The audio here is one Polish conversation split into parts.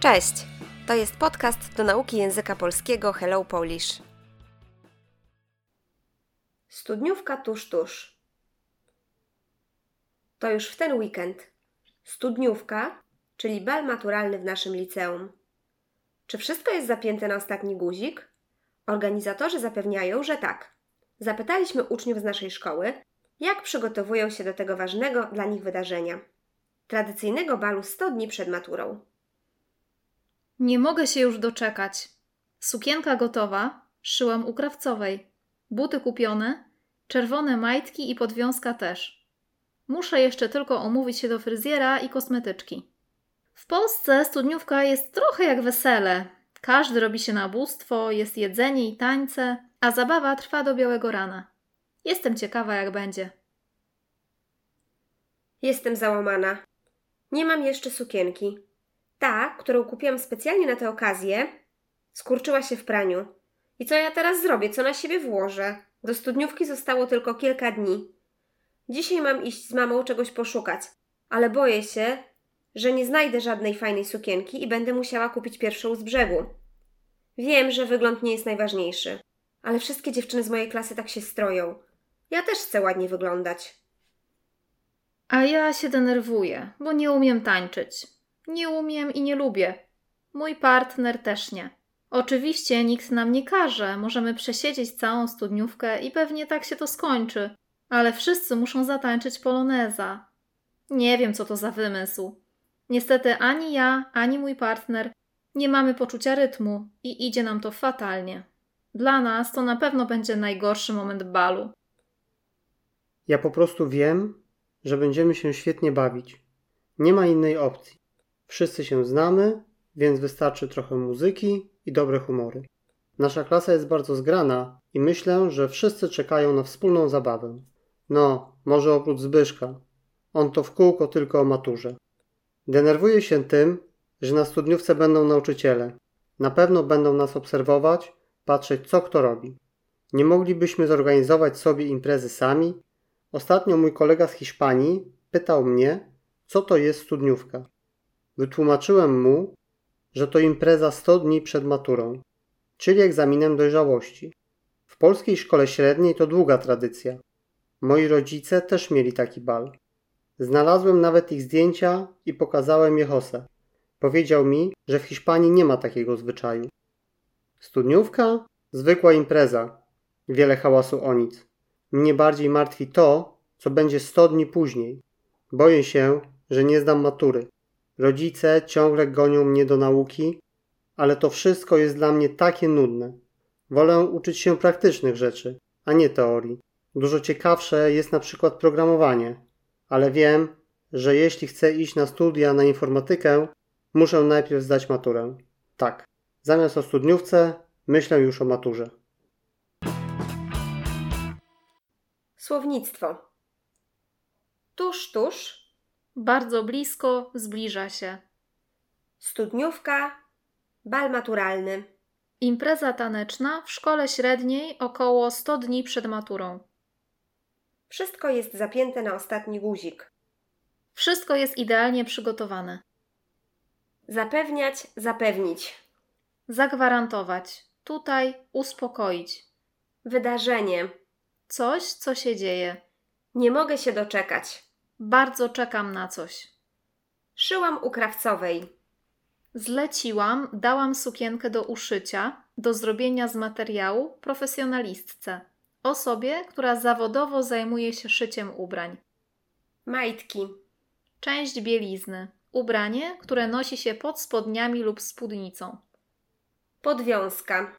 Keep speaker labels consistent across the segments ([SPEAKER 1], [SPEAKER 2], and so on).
[SPEAKER 1] Cześć! To jest podcast do nauki języka polskiego Hello Polish. Studniówka tuż tuż. To już w ten weekend. Studniówka, czyli bal maturalny w naszym liceum. Czy wszystko jest zapięte na ostatni guzik? Organizatorzy zapewniają, że tak. Zapytaliśmy uczniów z naszej szkoły, jak przygotowują się do tego ważnego dla nich wydarzenia tradycyjnego balu 100 dni przed maturą.
[SPEAKER 2] Nie mogę się już doczekać. Sukienka gotowa, szyłam u krawcowej. Buty kupione, czerwone majtki i podwiązka też. Muszę jeszcze tylko omówić się do fryzjera i kosmetyczki. W Polsce studniówka jest trochę jak wesele. Każdy robi się na bóstwo, jest jedzenie i tańce, a zabawa trwa do białego rana. Jestem ciekawa, jak będzie.
[SPEAKER 1] Jestem załamana. Nie mam jeszcze sukienki. Ta, którą kupiłam specjalnie na tę okazję, skurczyła się w praniu. I co ja teraz zrobię? Co na siebie włożę? Do studniówki zostało tylko kilka dni. Dzisiaj mam iść z mamą czegoś poszukać, ale boję się, że nie znajdę żadnej fajnej sukienki i będę musiała kupić pierwszą z brzegu. Wiem, że wygląd nie jest najważniejszy, ale wszystkie dziewczyny z mojej klasy tak się stroją. Ja też chcę ładnie wyglądać.
[SPEAKER 2] A ja się denerwuję, bo nie umiem tańczyć. Nie umiem i nie lubię. Mój partner też nie. Oczywiście nikt nam nie każe, możemy przesiedzieć całą studniówkę i pewnie tak się to skończy, ale wszyscy muszą zatańczyć poloneza. Nie wiem, co to za wymysł. Niestety ani ja, ani mój partner nie mamy poczucia rytmu i idzie nam to fatalnie. Dla nas to na pewno będzie najgorszy moment balu.
[SPEAKER 3] Ja po prostu wiem, że będziemy się świetnie bawić. Nie ma innej opcji. Wszyscy się znamy, więc wystarczy trochę muzyki i dobre humory. Nasza klasa jest bardzo zgrana i myślę, że wszyscy czekają na wspólną zabawę. No, może oprócz Zbyszka. On to w kółko tylko o maturze. Denerwuję się tym, że na studniówce będą nauczyciele. Na pewno będą nas obserwować, patrzeć co kto robi. Nie moglibyśmy zorganizować sobie imprezy sami? Ostatnio mój kolega z Hiszpanii pytał mnie, co to jest studniówka. Wytłumaczyłem mu, że to impreza 100 dni przed maturą, czyli egzaminem dojrzałości. W polskiej szkole średniej to długa tradycja. Moi rodzice też mieli taki bal. Znalazłem nawet ich zdjęcia i pokazałem je Jose. Powiedział mi, że w Hiszpanii nie ma takiego zwyczaju. Studniówka? Zwykła impreza. Wiele hałasu o nic. Mnie bardziej martwi to, co będzie 100 dni później. Boję się, że nie zdam matury. Rodzice ciągle gonią mnie do nauki, ale to wszystko jest dla mnie takie nudne. Wolę uczyć się praktycznych rzeczy, a nie teorii. Dużo ciekawsze jest na przykład programowanie, ale wiem, że jeśli chcę iść na studia na informatykę, muszę najpierw zdać maturę. Tak, zamiast o studniówce, myślę już o maturze.
[SPEAKER 1] Słownictwo. Tuż, tuż,
[SPEAKER 2] Bardzo blisko zbliża się.
[SPEAKER 1] studniówka, bal maturalny.
[SPEAKER 2] Impreza taneczna w szkole średniej około 100 dni przed maturą.
[SPEAKER 1] Wszystko jest zapięte na ostatni guzik.
[SPEAKER 2] Wszystko jest idealnie przygotowane.
[SPEAKER 1] Zapewniać, zapewnić.
[SPEAKER 2] Zagwarantować. Tutaj uspokoić.
[SPEAKER 1] Wydarzenie.
[SPEAKER 2] Coś, co się dzieje.
[SPEAKER 1] Nie mogę się doczekać.
[SPEAKER 2] Bardzo czekam na coś.
[SPEAKER 1] Szyłam u krawcowej.
[SPEAKER 2] Zleciłam, dałam sukienkę do uszycia, do zrobienia z materiału profesjonalistce, osobie, która zawodowo zajmuje się szyciem ubrań.
[SPEAKER 1] Majtki.
[SPEAKER 2] Część bielizny ubranie, które nosi się pod spodniami lub spódnicą.
[SPEAKER 1] Podwiązka.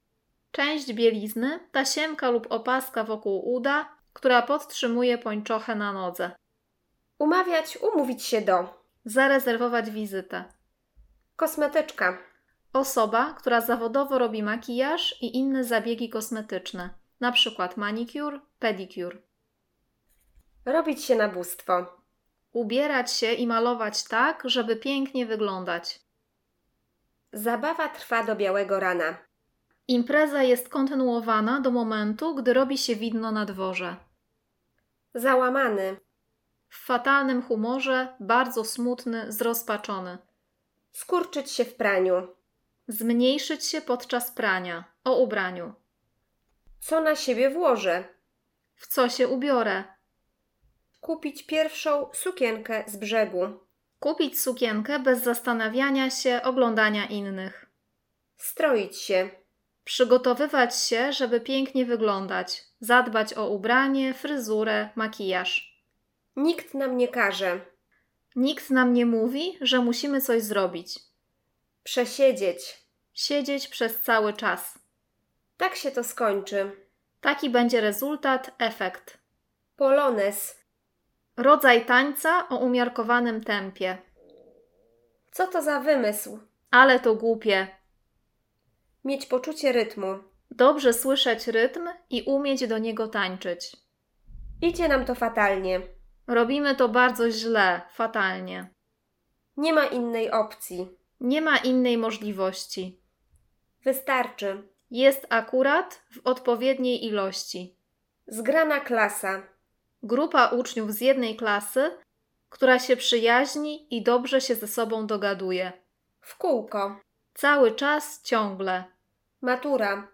[SPEAKER 2] Część bielizny tasiemka lub opaska wokół uda, która podtrzymuje pończochę na nodze.
[SPEAKER 1] Umawiać, umówić się do.
[SPEAKER 2] Zarezerwować wizytę.
[SPEAKER 1] Kosmetyczka.
[SPEAKER 2] Osoba, która zawodowo robi makijaż i inne zabiegi kosmetyczne, np. manicure, pedicure.
[SPEAKER 1] Robić się na bóstwo.
[SPEAKER 2] Ubierać się i malować tak, żeby pięknie wyglądać.
[SPEAKER 1] Zabawa trwa do białego rana.
[SPEAKER 2] Impreza jest kontynuowana do momentu, gdy robi się widno na dworze.
[SPEAKER 1] Załamany.
[SPEAKER 2] W fatalnym humorze, bardzo smutny, zrozpaczony.
[SPEAKER 1] Skurczyć się w praniu.
[SPEAKER 2] Zmniejszyć się podczas prania, o ubraniu.
[SPEAKER 1] Co na siebie włożę?
[SPEAKER 2] W co się ubiorę?
[SPEAKER 1] Kupić pierwszą sukienkę z brzegu.
[SPEAKER 2] Kupić sukienkę bez zastanawiania się, oglądania innych.
[SPEAKER 1] Stroić się.
[SPEAKER 2] Przygotowywać się, żeby pięknie wyglądać. Zadbać o ubranie, fryzurę, makijaż.
[SPEAKER 1] Nikt nam nie każe.
[SPEAKER 2] Nikt nam nie mówi, że musimy coś zrobić.
[SPEAKER 1] Przesiedzieć.
[SPEAKER 2] Siedzieć przez cały czas.
[SPEAKER 1] Tak się to skończy.
[SPEAKER 2] Taki będzie rezultat, efekt.
[SPEAKER 1] Polones.
[SPEAKER 2] Rodzaj tańca o umiarkowanym tempie.
[SPEAKER 1] Co to za wymysł?
[SPEAKER 2] Ale to głupie.
[SPEAKER 1] Mieć poczucie rytmu.
[SPEAKER 2] Dobrze słyszeć rytm i umieć do niego tańczyć.
[SPEAKER 1] Idzie nam to fatalnie.
[SPEAKER 2] Robimy to bardzo źle, fatalnie.
[SPEAKER 1] Nie ma innej opcji.
[SPEAKER 2] Nie ma innej możliwości.
[SPEAKER 1] Wystarczy.
[SPEAKER 2] Jest akurat w odpowiedniej ilości.
[SPEAKER 1] Zgrana klasa.
[SPEAKER 2] Grupa uczniów z jednej klasy, która się przyjaźni i dobrze się ze sobą dogaduje.
[SPEAKER 1] W kółko.
[SPEAKER 2] Cały czas ciągle.
[SPEAKER 1] Matura.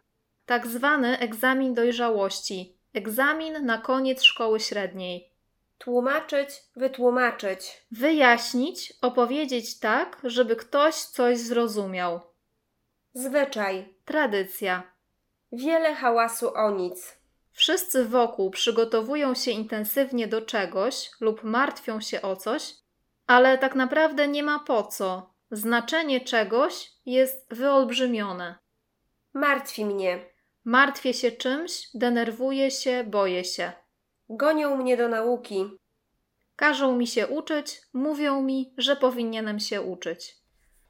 [SPEAKER 2] Tak zwany egzamin dojrzałości, egzamin na koniec szkoły średniej.
[SPEAKER 1] Tłumaczyć, wytłumaczyć.
[SPEAKER 2] Wyjaśnić, opowiedzieć tak, żeby ktoś coś zrozumiał.
[SPEAKER 1] Zwyczaj.
[SPEAKER 2] Tradycja.
[SPEAKER 1] Wiele hałasu o nic.
[SPEAKER 2] Wszyscy wokół przygotowują się intensywnie do czegoś lub martwią się o coś, ale tak naprawdę nie ma po co. Znaczenie czegoś jest wyolbrzymione.
[SPEAKER 1] Martwi mnie.
[SPEAKER 2] Martwię się czymś, denerwuję się, boję się.
[SPEAKER 1] Gonią mnie do nauki.
[SPEAKER 2] Każą mi się uczyć, mówią mi, że powinienem się uczyć.